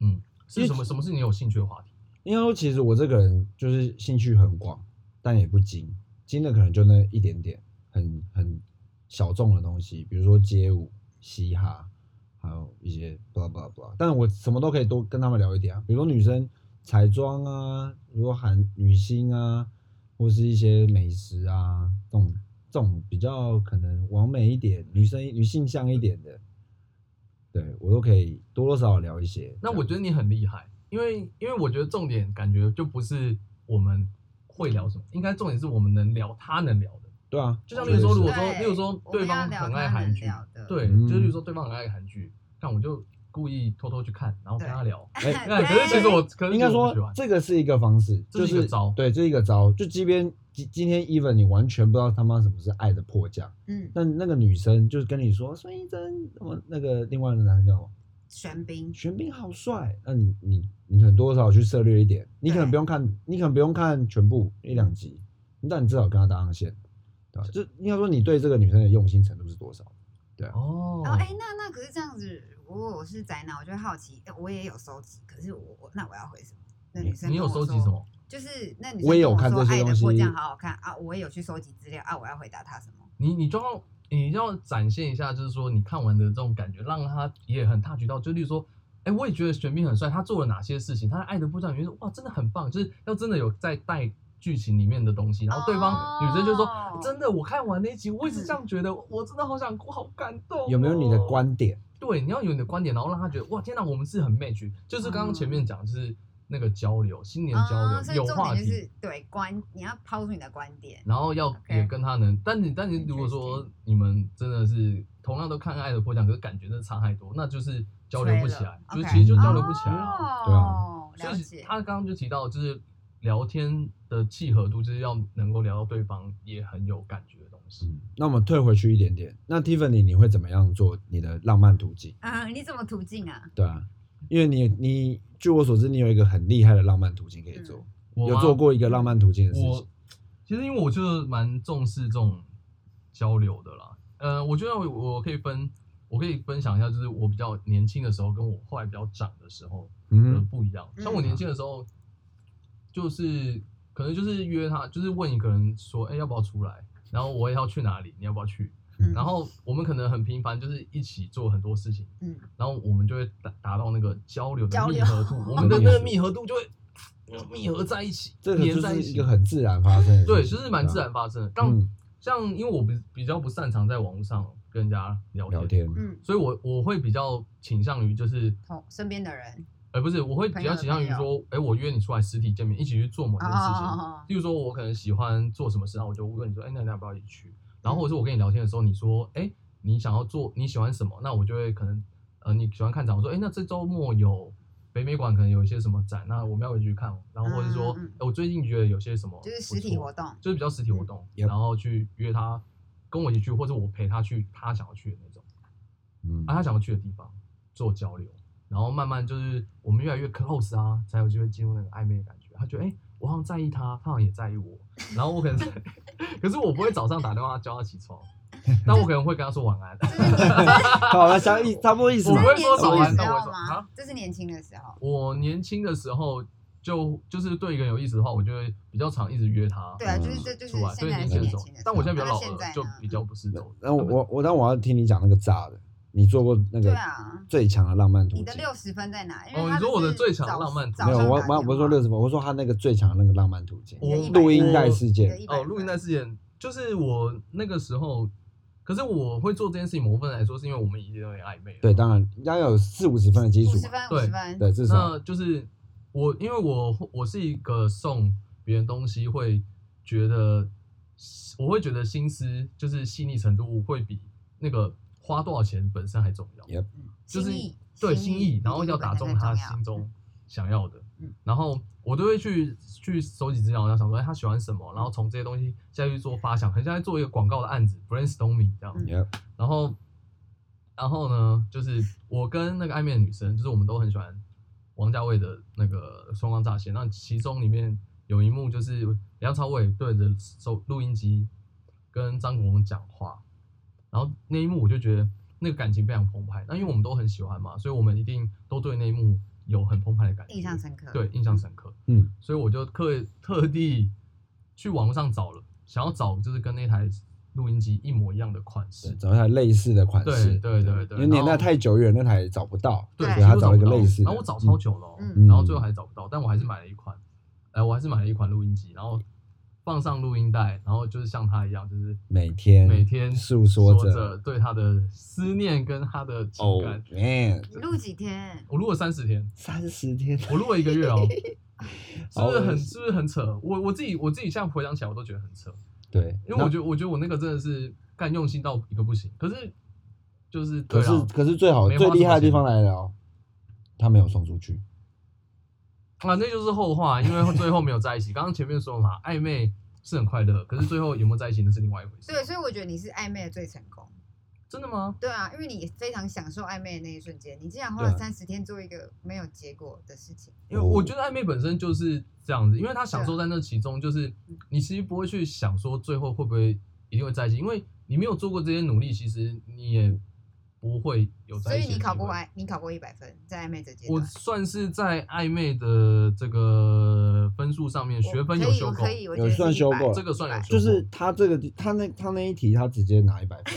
S3: 嗯，
S2: 因
S3: 是
S2: 为
S3: 什么什么是你有兴趣的话题？
S2: 应该说其实我这个人就是兴趣很广，但也不精，精的可能就那一点点，很很小众的东西，比如说街舞、嘻哈，还有一些 blah blah blah。但是我什么都可以多跟他们聊一点啊，比如说女生彩妆啊，比如说韩女星啊，或是一些美食啊，这种这种比较可能完美一点，女生女性向一点的，对我都可以多多少少聊一些。
S3: 那我觉
S2: 得
S3: 得你很厉害，因为因为我觉得重点感觉就不是我们会聊什么，应该重点是我们能聊他能聊的。
S2: 对啊，
S3: 就像
S2: 我
S3: 例如
S2: 觉得
S3: 说，
S2: 是
S3: 如果说，
S1: 对
S3: 例如说
S1: 我们
S3: 对方
S1: 要聊
S3: 很爱
S1: 他
S3: 韩
S1: 能
S3: 剧
S1: 聊，的
S3: 对，
S2: 嗯
S3: 就是例如说对方很爱韩剧，但我就故意偷偷去看，然后跟他聊。
S2: 哎
S3: 那可是其实我，可是
S2: 应
S3: 其
S2: 该
S3: 实我不喜
S2: 说
S3: 欢。
S2: 这个是一个方式，
S3: 这
S2: 就是
S3: 一个招
S2: 对，这是一个招。就即便今今天 even 你完全不知道他妈什么是爱的迫降，
S1: 嗯，
S2: 那那个女生就是跟你说孙艺珍，什么那个另外的男生叫什么
S1: 玄彬，
S2: 玄彬好帅，那你你你可能多少去涉猎一点，你可能
S1: 对
S2: 不用看，你可能不用看全部一两集，但你至少跟他搭上线，对吧？就应该说你对这个女生的用心程度是多少？
S3: 哦
S1: 然后哎，诶那那可是这样子，如果我是宅男，我就会好奇，呃诶我也有收集，可是我我那我要回什么？那女生
S3: 哦你有
S1: 跟我
S3: 收集
S1: 说
S3: 什？么？
S1: 就是那女生
S2: 我也
S1: 跟
S2: 有看
S1: 说
S2: 这些
S1: 爱的
S2: 东
S1: 迫降
S2: 西
S1: 好好看啊，我也有去收集资料啊，我要回答她什么？
S3: 你你就要你要展现一下，就是说你看完的这种感觉，让他也很 touch 到。就例如说，哎、我也觉得玄彬很帅，他做了哪些事情，他的爱的步骤，你就说哇，真的很棒，就是要真的有在带剧情里面的东西。然后对
S1: 哦
S3: 方女生就说，真的，我看完那一集，我也是这样觉得，我真的好想哭，好感动哦、
S2: 有没有你的观点？
S3: 对，你要有你的观点，然后让他觉得哇，天哪，我们是很 match，就是刚刚前面讲，就是那个交流，新年交流、
S1: 啊，所以
S3: 有
S1: 重
S3: 话
S1: 点
S3: 题，
S1: 就是对观，你要抛出你的观点。
S3: 然后要
S1: OK
S3: 也跟他能，但你但你如果说你们真的是同样都看《爱的迫降》，可是感觉真的差太多，那就是交流不起来，
S1: 吹
S3: 就
S1: 了哦
S3: 是
S1: OK
S3: 其实就交流不起来啊。
S2: 对
S1: 哦，
S3: 所
S1: 了
S3: 以
S1: 解。
S3: 他刚刚就提到，就是聊天的契合度，就是要能够聊到对方也很有感觉的东西。
S2: 嗯，那我们退回去一点点，那 Tiffany 你会怎么样做你的浪漫途径？
S1: 啊，你怎么途径啊？
S2: 对啊，因为你你据我所知，你有一个很厉害的浪漫途径可以做，
S3: 嗯我
S2: 有
S3: 吗
S2: 做过一个浪漫途径的事
S3: 我
S2: 情，
S3: 其实因为我就是蛮重视这种交流的啦。呃，我觉得我我可以分，我可以分享一下，就是我比较年轻的时候跟我后来比较长的时候的
S2: 嗯
S3: 不一样。
S1: 嗯
S3: 像我年轻的时候，就是可能就是约他，就是问一个人说，哎、要不要出来？然后我也要去哪里？你要不要去？
S1: 嗯
S3: 然后我们可能很频繁，就是一起做很多事情，
S1: 嗯，
S3: 然后我们就会达达到那个交流的
S1: 交
S3: 密
S1: 流
S3: 合度，我
S2: 哦
S3: 们的那个密合度就会呃密合在一起，
S2: 这个
S3: 粘
S2: 就
S3: 在
S2: 是
S3: 一
S2: 一
S3: 起
S2: 个。很自然发生的事情，
S3: 对，就是蛮
S2: 对啊
S3: 自然发生的。像、
S2: 嗯
S3: 像因为我比比较不擅长在网络上跟人家聊天，
S2: 聊天，
S1: 嗯，
S3: 所以我我会比较倾向于就是，
S1: 同身边的人
S3: 呃，不是，我会比较倾向于
S1: 朋
S3: 说，哎、我约你出来实体见面，一起去做某件事情。
S1: 哦，
S3: 例如说，我可能喜欢做什么事，然后我就问你说，哎、那你要不要一起去？
S1: 嗯
S3: 然后或者是我跟你聊天的时候，你说，哎、你想要做，你喜欢什么？那我就会可能，呃，你喜欢看展，我说，哎、那这周末有北美馆可能有一些什么展，那我们要不要去看？然后或者是说，
S1: 嗯嗯嗯
S3: 哎我最近觉得有些什么
S1: 就是
S3: 不
S1: 实体
S3: 错
S1: 活嗯动。
S3: 就是比较实体活动，
S2: Yep
S3: 然后去约他跟我一起去，或者我陪他去他想要去的那种，
S2: 嗯
S3: 啊，他想要去的地方做交流，然后慢慢就是我们越来越 close 啊，才有机会进入那个暧昧的感觉。他觉得哎、诶我好像在意他，他好像也在意我，然后我可能， 可是我不会早上打电话叫他起床，但我可能会跟他说晚安。
S2: 好了，相意差不多意思
S3: 我
S2: 嘛
S1: 这
S3: 不。
S1: 是
S3: 会
S1: 年
S3: 说早
S1: 轻的时
S3: 安但我会
S1: 候
S3: 说
S1: 吗
S3: 啊？
S1: 这是年轻的时候。
S3: 我年轻的时候就就是对一个人有意思的话，我就会比较常一直约他。
S1: 对啊，
S2: 嗯
S1: 就是这就是
S3: 出来，
S1: 现
S3: 对
S1: 在
S3: 年
S1: 是
S3: 轻的
S1: 年
S3: 时候
S1: 轻的时候，
S3: 但我现在比较
S1: 那
S3: 老
S1: 现
S3: 了，
S1: 在啊
S3: 就
S1: 呢
S3: 比较不是这种。
S2: 那我我我，但我要听你讲那个炸的，你做过那
S1: 对
S2: 个
S1: 啊
S2: 最强的浪漫途
S1: 你
S2: 径
S1: 的？六十分在哪？因为
S3: 哦
S1: 他
S3: 你说我
S1: 是
S3: 的最强
S1: 早
S3: 浪漫
S1: 早
S2: 没有，
S1: 上
S2: 我
S1: 打
S2: 我
S1: 电
S2: 不是说
S1: 话
S2: 六十分，我说他那个最强的那个浪漫途径
S1: 你，的
S3: 我
S1: 100
S2: 录音
S1: 分
S2: 带事
S1: 你
S2: 件
S1: 的。100
S3: 哦，录音带
S1: 分
S3: 事件就是我那个时候，可是我会做这件事情，某部分来说是因为我们已经有点暧昧了。啊
S2: 对，当然应该有四五十分的基础
S1: 五十
S2: 嘛，
S1: 分五
S3: 对
S1: 十分，
S2: 对，至少
S3: 那就是我，因为我我是一个送别人东西会觉得，我会觉得心思就是细腻程度会比那个花多少钱本身还重要。
S2: Yep
S3: 就是
S1: 心意
S3: 对
S1: 心
S3: 心
S1: 意
S3: 意，然后
S1: 比
S3: 要
S1: 日本
S3: 打
S1: 才
S3: 中
S1: 更
S3: 他
S1: 重要
S3: 心中想要的
S1: 嗯。
S3: 然后我都会去去收集资料，然后想说，哎，他喜欢什么，然后
S1: 嗯
S3: 从这些东西再去做发想，很像在做一个广告的案子，brainstorming 这样。
S1: 嗯
S2: Yep
S3: 然后，然后呢，就是我跟那个暧昧的女生，就是我们都很喜欢王家卫的那个《双光乍现》，那其中里面有一幕就是梁朝伟对着收录音机跟张国荣讲话，然后那一幕我就觉得那个感情非常澎湃。那因为我们都很喜欢嘛，所以我们一定都对那一幕有很澎湃的感觉，
S1: 印象深刻。
S3: 对，印象深刻。
S2: 嗯，
S3: 所以我就特特地去网络上找了，想要找就是跟那台录音机一模一样的款
S2: 对
S3: 式。
S2: 找一台类似的款式，
S3: 对对对对
S2: 因为年代
S3: 然后
S2: 太久远，那台找不到，
S3: 对，
S1: 对
S2: 所以他
S3: 几乎
S2: 找一个
S3: 不到
S2: 类似的。
S3: 然后我找超
S2: 嗯
S3: 久了哦、
S1: 嗯
S3: 然后最后还找不到，但我还是买了一款，哎、我还是买了一款录音机，然后放上录音带，然后就是像他一样，就是
S2: 每天
S3: 每天
S2: 诉
S3: 说
S2: 说
S3: 着对他的思念跟他的情
S2: 哦
S3: 感。
S2: ，man，
S1: 你录几天？
S3: 我录了三十天，
S2: 三十天，
S3: 我录了一个月哦、是
S2: 好
S3: 不是
S2: 恶
S3: 很
S2: 心
S3: 是不是很扯？我我自己我自己现在回想起来，我都觉得很扯，
S2: 对，
S3: 因为我
S2: 那
S3: 觉得我觉得我那个真的是干用心到一个不行，可是就是对
S2: 可
S3: 啊
S2: 是可是最好
S3: 没花
S2: 最厉
S3: 什么
S2: 害的地
S3: 钱
S2: 方来了哦，他没有送出去，
S3: 啊，那就是后话，因为最后没有在一起。刚刚前面说嘛，暧昧是很快乐，可是最后有没有在一起那是另外一回事。
S1: 对，所以我觉得你是暧昧的最成功。
S3: 真的吗？
S1: 对啊，因为你非常享受暧昧的那一瞬间，你竟然花
S2: 对啊
S1: 了三十天做一个没有结果的事情。
S3: 因为
S2: 哦
S3: 我觉得暧昧本身就是这样子，因为他享受
S1: 啊
S3: 在那其中，就是你其实不会去想说最后会不会一定会在一起，因为你没有做过这些努力，其实你也不会有在
S1: 所
S3: 一
S1: 以
S3: 起。
S1: 你考过，爱，你考过一百分，在暧昧这阶
S3: 我
S1: 段，
S3: 算是在暧昧的这个分数上面，
S1: 我
S3: 学分
S1: 可
S3: 有
S1: 以
S3: 修
S1: 我
S3: 够
S1: 可，以，我
S2: 有
S1: 觉得
S2: 算
S1: 是
S2: 修
S1: 100
S2: 够了
S3: 这个算有
S1: 100
S3: 修
S2: 就是他这个他那他那一题他直接拿一百 分，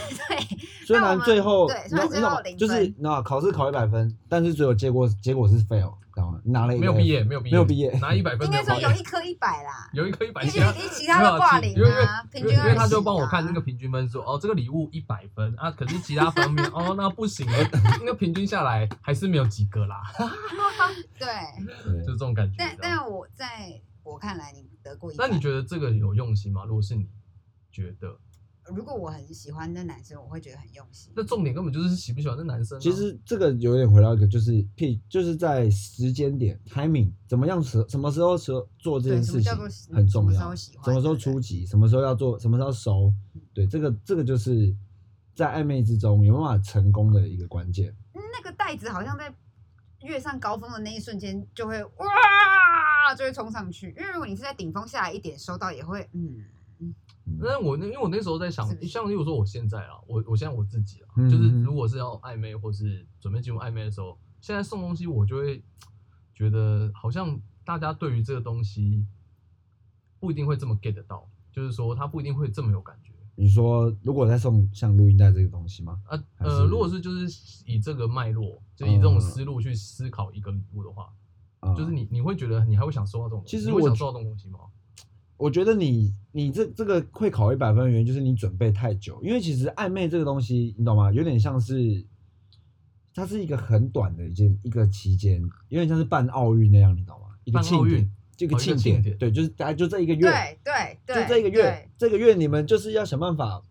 S2: 虽
S1: 那我
S2: 然
S1: 们
S2: 最后
S1: 对
S2: 你
S1: 虽然
S2: 懂
S1: 最
S2: 你懂
S1: 后
S2: 吗
S1: 零
S2: 就是
S1: 分
S2: 那考试考一百分，但是最后结果结果是 fail，知道吗？拿了一个
S3: 没有毕业，没有毕业，
S2: 没有毕业
S3: 拿一百分
S1: 应
S3: 的
S1: 该
S3: 话
S1: 说有一科一百啦，
S3: 有一颗一百
S1: 因为
S3: 加
S1: 因为其他都挂零
S3: 因为
S1: 啊，平
S3: 因为
S1: 均
S3: 因为
S1: 二
S3: 他
S1: 十。啊
S3: 就帮我看那个，平均分数，哦，这个礼物一百分啊，可是其他方面哦，那不行了，那平均下来还是没有及格啦，
S1: 对，
S3: 就是
S2: 对
S3: 这种感觉。
S1: 但
S3: 这样
S1: 但我在我看来，你得过一
S3: 那
S1: 百。
S3: 你觉得这个有用心吗？如果是你觉得，
S1: 如果我很喜欢那男生，我会觉得很用心。
S3: 那重点根本就是喜不喜欢这男生啊、
S2: 其实这个有点回到一个就是屁，就是在时间点 timing 怎么样时什么时候时候做这
S1: 对，
S2: 件
S1: 什
S2: 事
S1: 么
S2: 情
S1: 叫做喜
S2: 很重
S1: 什么时
S2: 要
S1: 候，喜欢？
S2: 什么时
S1: 对嗯
S2: 候
S1: 不对
S2: 出击，什么时候要做，什么时候熟，对这个这个就是在暧昧之中有没有办法成功的一个关键。
S1: 那个袋子好像在跃上高峰的那一瞬间就会哇，就会冲上去。因为如果你是在顶峰下来一点收到，也会嗯，
S2: 嗯
S3: 那我那因为我那时候在想
S1: 是不，是
S3: 像例如说我现在啊，我我现在我自己啊，
S2: 嗯
S3: 就是如果是要暧昧或是准备进入暧昧的时候，现在送东西我就会觉得好像大家对于这个东西不一定会这么 get 得到，就是说他不一定会这么有感觉。
S2: 你说如果在送像录音带这个东西吗？
S3: 呃
S2: 还
S3: 呃，
S2: 是
S3: 如果是就是以这个脉络，就以这种
S2: 嗯
S3: 思路去思考一个礼物的话，
S2: 啊、
S3: 就是你你会觉得你还会想收到这种东西，
S2: 其实
S3: 你会
S2: 我
S3: 想
S2: 觉
S3: 收到这种东西吗？
S2: 我觉得你你这这个会考一百分的原因就是你准备太久，因为其实暧昧这个东西，你懂吗？有点像是，它是一个很短的一件一个期间，有点像是办奥运那样，你懂吗？一个
S3: 办奥
S2: 庆典
S3: 运，
S2: 这
S3: 哦
S2: 个
S3: 一个
S2: 庆
S3: 庆
S2: 典，
S3: 典
S2: 对，就是大家就这一个月，
S1: 对对对，
S2: 就这一个月
S1: 对，，
S2: 这个月你们就是要想办法，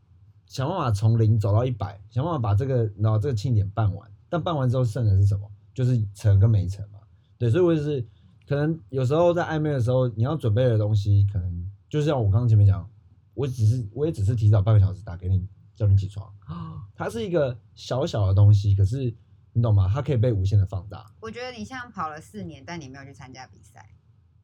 S2: 想办法从零走到一百，想办法把这个然后这个庆典办完。但办完之后剩的是什么？就是成跟没成嘛。对，所以我就是可能有时候在暧昧的时候，你要准备的东西，可能就像我刚刚前面讲，我只是我也只是提早半个小时打给你，叫你起床。
S3: 哦
S2: 它是一个小小的东西，可是你懂吗？它可以被无限的放大。
S1: 我觉得你像跑了四年，但你没有去参加比赛，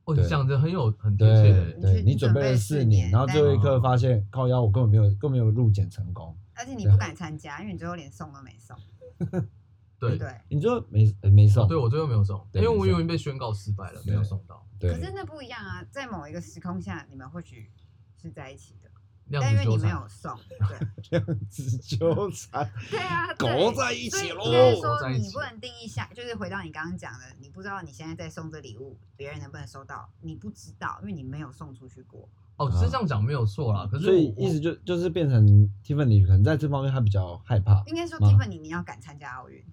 S3: 哦，你
S2: 对
S3: 讲的很有很贴切
S2: 对
S3: 的，
S2: 对，
S1: 你
S2: 你
S1: 准
S2: 准备
S1: 备
S2: 了
S1: 了
S2: 四
S1: 四
S2: 年，
S1: 年哦
S2: 然后最后一刻发现靠腰，我根本没有根本没有入检成功。
S1: 而且你
S3: 啊
S2: 对
S1: 不敢参加，因为你最后连送都没送。
S3: 对
S1: 对，
S2: 你就没呃没送，
S3: 哦对我最后没有送，因
S2: 对
S3: 为我
S2: 没
S3: 以
S2: 送
S3: 为被宣告失败了，没有
S2: 对
S3: 送到。
S2: 对
S1: 可是那不一样啊，在某一个时空下，你们或许是在一起的，
S3: 量
S1: 但因
S3: 子
S1: 为
S3: 纠
S1: 你没
S3: 缠
S1: 有，送， 对
S2: 量子
S1: 嗯
S2: 纠缠，
S1: 对啊，
S2: 狗
S1: 对
S2: 在一
S1: 所以
S2: 起
S1: 应
S2: 喽。
S1: 该
S3: 狗
S1: 说
S3: 在一
S1: 你
S3: 起
S1: 不能定义下，就是回到你刚刚讲的，你不知道你现在在送这礼物，别人能不能收到，你不知道，因为你没有送出去过。
S3: 哦，是这样讲没有错啦。可
S2: 嗯
S3: 是
S2: 所以
S3: 我
S2: 意思就就是变成 Tiffany 可能在这方面他比较害怕，
S1: 应该说
S2: 吗
S3: 啊
S1: Tiffany 你要敢参加奥运，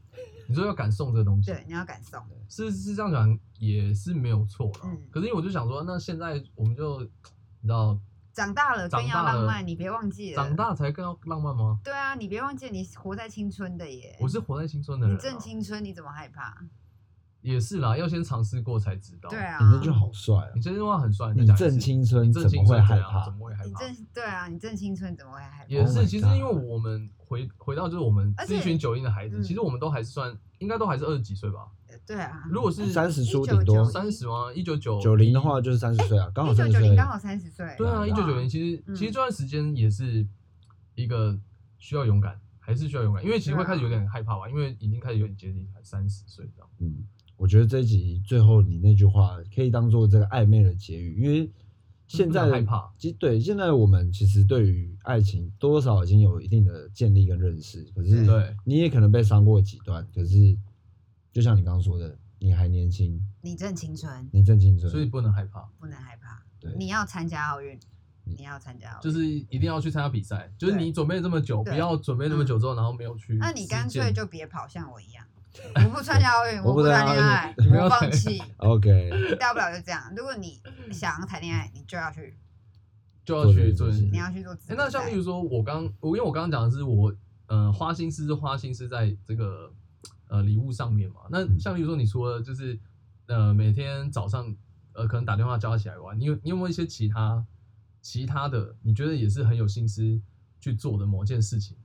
S3: 你说要敢送这个东西，
S1: 对，你要敢送，
S3: 是是这样讲也是没有错啦。
S1: 嗯
S3: 可是我就想说，那现在我们就你知道
S1: 长大了更要
S3: 长大了
S1: 浪漫，你别忘记了。
S3: 长大才更要浪漫吗？
S1: 对啊，你别忘记你活在青春的耶。
S3: 我是活在青春的
S1: 你
S3: 人啊，
S1: 正青春，你怎么害怕？
S3: 也是啦，要先尝试过才知道。
S1: 对，啊，
S2: 你这就好帅啊
S3: 你！这句话很帅，再
S2: 你
S3: 讲一
S2: 正
S3: 次
S2: 青春
S3: 你正
S2: 怎
S3: 青
S2: 么会
S3: 春
S2: 害
S3: 怎样
S2: 怕
S3: 怎？么会害
S1: 你
S3: 怕？
S1: 正对啊，你正青春怎么会害怕？
S3: 也
S2: Oh
S3: 是，
S2: my
S3: 其实因为
S2: God
S3: 我们回回到就是我们
S1: 而
S3: 是一
S1: 且
S3: 群九零的孩子，
S1: 嗯
S3: 其实我们都还是算应该都还是二十几岁吧。
S1: 对啊，
S3: 如果是
S2: 三十出
S1: 1990
S2: 顶多
S3: 三十吗？一九九
S2: 九零的话就是三十岁啊，刚好
S1: 一九
S2: 三十
S1: 九零
S2: 岁，
S1: 刚好三十岁，
S3: 对啊，一
S2: 对
S3: 九
S1: 啊
S3: 九零其实、
S1: 嗯
S3: 其实这段时间也是一个需要勇敢，还是需要勇敢，因为其实会
S1: 对啊
S3: 开始有点害怕吧，因为已经开始有点接近三十岁这样。
S2: 嗯，我觉得这一集最后你那句话可以当做这个暧昧的结语，因为现在
S3: 不
S2: 的
S3: 能害怕，
S2: 其实对现在我们其实对于爱情多多少少已经有一定的建立跟认识，可是
S1: 对
S3: 对，
S2: 你也可能被伤过几段，可是就像你刚刚说的，你还年轻，
S1: 你正青春，
S2: 你正青春，
S3: 所以不能害怕，
S1: 不能害怕。
S2: 对
S1: 你要参加奥运，
S2: 嗯
S1: 你要参加奥运，
S3: 就是一定要去参加比赛，就是
S1: 对
S3: 你准备这么久，不
S1: 对
S3: 要准备那么久之后，然后没有去实践。
S1: 那你干脆就别跑，像我一样，我不参加奥 运，
S2: 我
S1: 不
S2: 不
S1: 谈
S2: 参加
S1: 恋爱，
S3: 你不要哦
S1: 我
S3: 谈
S1: 放 弃，
S2: OK，
S1: 大不了就这样。如果你想要谈恋爱，你就要去，
S3: 就要去
S2: 做这
S3: 遵
S2: 件事
S1: 你
S2: 情
S1: 要去做自
S3: 哎、
S1: 己。
S3: 那像例如说，我刚我因为我刚刚讲的是我，呃，花心思是花心思在这个呃礼物上面嘛。那
S2: 嗯
S3: 像例如说，你除了就是呃每天早上呃可能打电话叫他起来玩，你有你有没有一些其他其他的，你觉得也是很有心思去做的某件事情？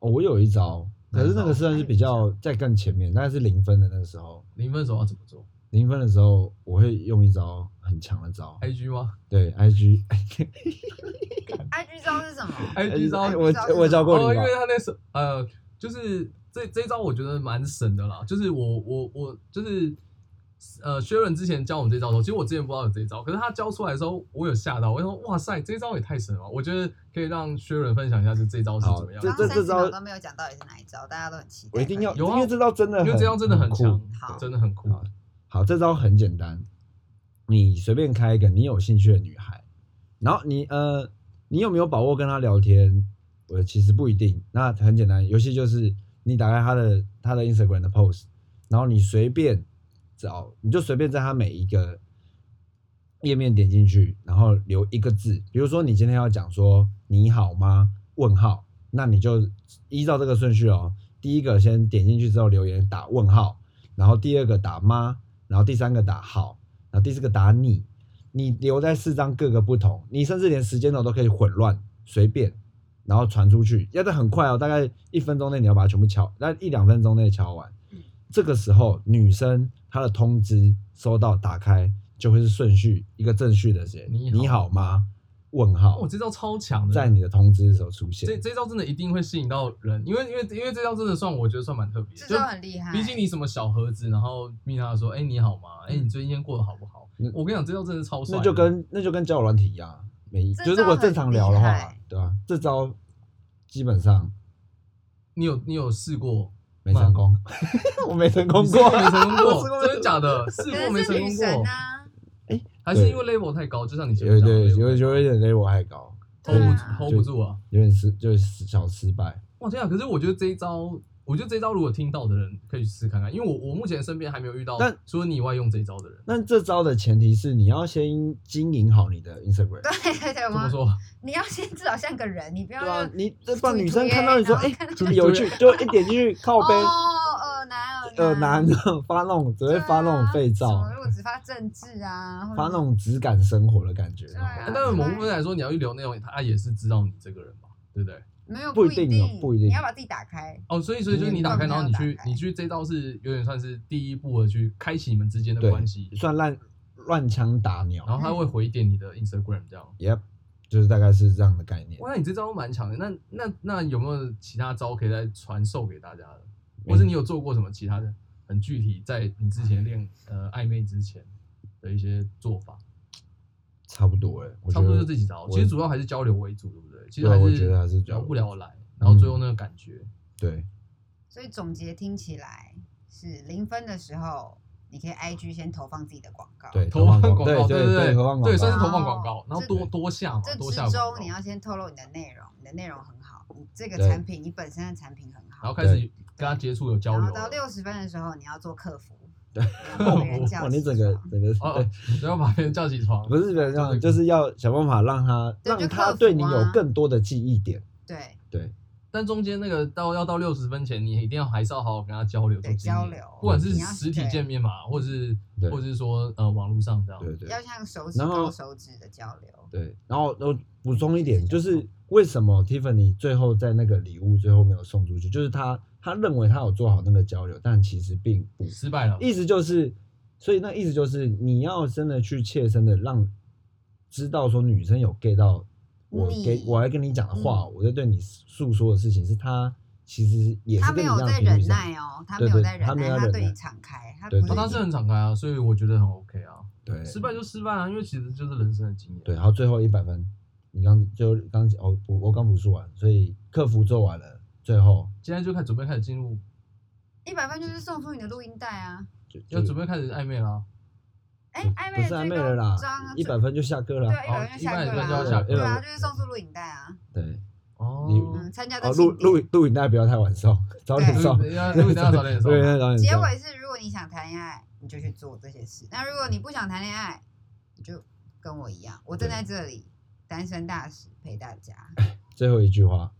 S2: 哦，我有一招，可是那
S3: 哪一招
S2: 个算是比较在更前面，那是零分的那个时候，
S3: 零分手要怎么做
S2: 零分的时候我会用一招很强的招，
S3: ？IG 吗
S2: 对，IG，
S3: 哎
S1: IG 招是什么？
S3: ？IG 招
S2: 哎我我教过
S3: 哦，
S2: 你
S3: 因
S2: 吧
S3: 为？他那首呃，就是这这一招我觉得蛮神的啦，就是我我我就是呃，Sharon 之前教我们这招的时候，其实我之前不知道有这一招，可是他教出来的时候，我有吓到，我就说哇塞，这一招也太神了吧！我觉得可以让 Sharon 分享一下，就这一招是怎么样
S2: 这
S1: 刚刚
S2: 好这
S3: 的
S1: 三
S2: 这
S1: 十
S2: 招
S1: 秒都没有讲到底是哪一招，大家都很期待。
S2: 我一定要，
S3: 有啊
S2: 因为这招真的很，
S3: 因为这招真的很
S2: 酷
S3: 强，
S1: 好
S3: 真的很酷。
S2: 好好，这招很简单，你随便开一个你有兴趣的女孩，然后你呃，你有没有把握跟她聊天？我其实不一定。那很简单，游戏就是你打开她的她的 Instagram 的 post，然后你随便找，你就随便在她每一个页面点进去，然后留一个字，比如说你今天要讲说你好吗？问号，那你就依照这个顺序哦。第一个先点进去之后留言打问号，然后第二个打妈，然后第三个打好，然后第四个打你，你留在四张各个不同，你甚至连时间轴都可以混乱，随便，然后传出去，要在很快哦，大概一分钟内你要把它全部敲，那一两分钟内敲完。这个时候女生她的通知收到打开就会是顺序一个正序的写
S3: 你好
S2: 你好吗？问号
S3: 我、，这招超强的，
S2: 在你的通知的时候出
S3: 这
S2: 现。
S3: 这招真的一定会吸引到人，因为因为因为这招真的算我觉得算蛮特别的，
S1: 这
S3: 就
S1: 招很厉害。
S3: 啊毕竟你什么小盒子，然后密他说，哎、你好吗？哎、你最近过得好不好？
S2: 嗯
S3: 我跟你讲，这招真的超帅的，
S2: 那就跟那就跟交友软体一样啊，没
S1: 这
S2: 就是我正常聊的
S1: 招很厉
S2: 话
S1: 害，
S2: 对吧、啊这招基本上
S3: 你有你有试过
S2: 没成功， 我没成功
S3: 你试
S2: 过，
S3: 没 成功
S2: 我试过
S3: 过，
S2: 没
S3: 真的假的？试
S1: 可
S3: 过
S1: 是
S3: 没成
S1: 是女
S3: 功过
S1: 神，啊，
S3: 还是因为 level 太高？就像 你前
S2: 有
S3: 面讲的
S2: 对
S3: label
S2: 有有有点 level 还高，
S1: 对
S3: hold
S1: 啊
S3: 不
S2: 有
S3: 住 hold 不住啊！
S2: 点失就是小失败。
S3: 哇天啊！可是我觉得这一招，我觉得这一招如果听到的人可以去试看看，因为我我目前身边还没有遇到
S2: 但
S3: 除了你以外用这一招的人。
S2: 那这招的前提是你要先经营好你的 Instagram，
S1: 对啊对对，
S3: 怎么
S1: 我
S3: 说？
S1: 你要先至少像个人，你不要
S2: 对啊
S1: 让，
S2: 你这帮
S1: 主
S2: 女生
S1: 推
S2: 看到你说
S1: 然后
S2: 哎
S1: 看到
S2: 这么有趣，就一点进去靠背，
S1: 哦，呃男
S2: 呃
S1: 呃
S2: 男的发那种只会
S1: 啊
S2: 发那种废照，
S1: 如果只发政治啊，或者
S2: 发那种质感生活的感觉。
S1: 对啊
S3: 但是某部分来说，你要一留内容，他也是知道你这个人吧，对不对？
S1: 没有
S2: 不一
S1: 一定
S2: 定哦不一定
S1: 你要把自己打开，
S3: 哦，所以所以就是你打开，
S1: 嗯
S3: 然后你
S1: 你
S3: 去
S1: 打开
S3: 你去这招是有点算是第一步的去开启你们之间的
S2: 对
S3: 关系，
S2: 算乱乱枪打鸟。
S3: 然后他
S1: 嗯
S3: 会回点你的 Instagram 这样。
S2: Yep，就是大概是这样的概念。
S3: 哇，那你这招蛮强的，那那那有没有其他招可以再传授给大家的？
S2: 没
S3: 或是你有做过什么其他的很具体，在你之前恋呃暧昧之前的一些做法？
S2: 差不多哎，我觉
S3: 差不多
S2: 得
S3: 就这几招，
S2: 我
S3: 其实主要还是交流为主，对不对？其实
S2: 对啊
S3: 还
S2: 我
S3: 是
S2: 觉得还是交
S3: 聊
S2: 流嗯
S3: 不聊得来，然后最后那个感觉，
S2: 对，
S1: 所以总结听起来是零分的时候，你可以 IG 先投放自己的广告，
S2: 对，
S3: 啊投放广
S2: 对
S3: 告，
S2: 对
S3: 对
S2: 投放广告，
S3: 对，算是投放
S1: 哦
S3: 广告，然后
S1: 这
S3: 多多下嘛，
S1: 这
S3: 多
S1: 之
S3: 下广
S1: 中
S3: 告，
S1: 你要先透露你的内容，你的内容很好，你这个
S2: 对
S1: 产品你本身的产品很
S3: 然后
S1: 好，
S3: 开始跟他接触有交
S1: 然
S3: 流
S1: 后
S3: 了。
S1: 到六十分的时候你要做客 服，
S2: 对
S1: 然后把别人叫
S2: 哇，
S1: 起
S2: 你整个
S1: 床
S2: 整个
S3: 哦，
S2: 对
S3: 哦，然后把别人叫 起床，
S2: 不是人
S3: 就
S2: 让，
S3: 是
S2: 就是要想办法让他
S1: 对
S2: 让
S1: 就
S2: 他
S1: 克服
S2: 对你有
S1: 啊
S2: 更多的记忆点。
S1: 对
S2: 对，
S3: 但中间那个到要到六十分前，你一定要还是要好好跟他交流，
S1: 对
S3: 做经验
S1: 交流
S3: 不管是
S1: 你要
S3: 实体
S1: 对
S3: 见面嘛，或者是
S2: 对
S3: 或者是说呃网络上这样。
S2: 对对
S1: 哦要像手指
S2: 然后
S1: 高手指的交流，
S2: 对，然后我补充一点，就是为什么 Tiffany 最后在那个礼物最后没有送出去，就是他他认为他有做好那个交流，但其实并不
S3: 失败了，
S2: 意思就是，所以那意思就是你要真的去切身的让知道说女生有 get 到我
S1: 你嗯
S2: 给我来跟你讲的话，我在对你诉说的事情是她其实也
S1: 他
S2: 是
S1: 没
S2: 跟你一
S1: 有
S2: 样的
S1: 在
S2: 频率
S1: 忍
S2: 想
S1: 耐哦，他
S2: 对
S1: 没有
S2: 对
S1: 在
S2: 他
S1: 忍
S2: 没有
S1: 耐，
S2: 在
S1: 他
S2: 忍
S1: 对你
S2: 耐
S1: 敞开，他不
S2: 对
S1: 是
S2: 对
S3: 哦他是很敞开啊，所以我觉得很 OK 啊。
S2: 对
S3: 失败就失败啊，因为其实就是人生的经验。
S2: 对，然后最后一百分，你刚就刚哦我我刚补述完，所以客服做完了，最后
S3: 现在就开始准备开始进入，
S1: 一百分就是送出你的录音带啊，
S2: 就就
S3: 要准备开始暧昧啊啦。
S1: 哎，暧
S2: 嗯不
S1: 昧
S2: 是
S1: 的最
S2: 暧昧
S1: 高
S2: 了啦
S1: 章啊，
S2: 一百分就下课了
S1: 对，啊，一
S3: 好
S1: 百分就下
S3: 100
S1: 课
S3: 分就要
S2: 下
S1: 啦，
S2: 课
S1: 对
S2: 了
S1: 啊，就是送出录影带啊，
S2: 对，
S3: 哦，
S2: 你
S1: 嗯，参加在
S2: 哦
S1: 庆
S2: 录录
S1: 典
S2: 录影带不要太晚送，早点
S1: 对
S2: 送，
S3: 对要录影带要早点送
S2: 对啊要早点
S1: 结
S2: 送
S1: 尾是，如果你想谈恋爱，你就去做这些事；那如果你不想谈恋爱，你就跟我一样，我站在这里，单身大使陪大 家。
S2: 最后一句话，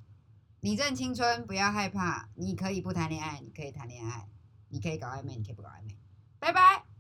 S1: 你正青春，不要害怕，你可以不谈恋爱，你可以谈恋爱，你可以搞暧昧，你可以不搞暧昧。拜拜。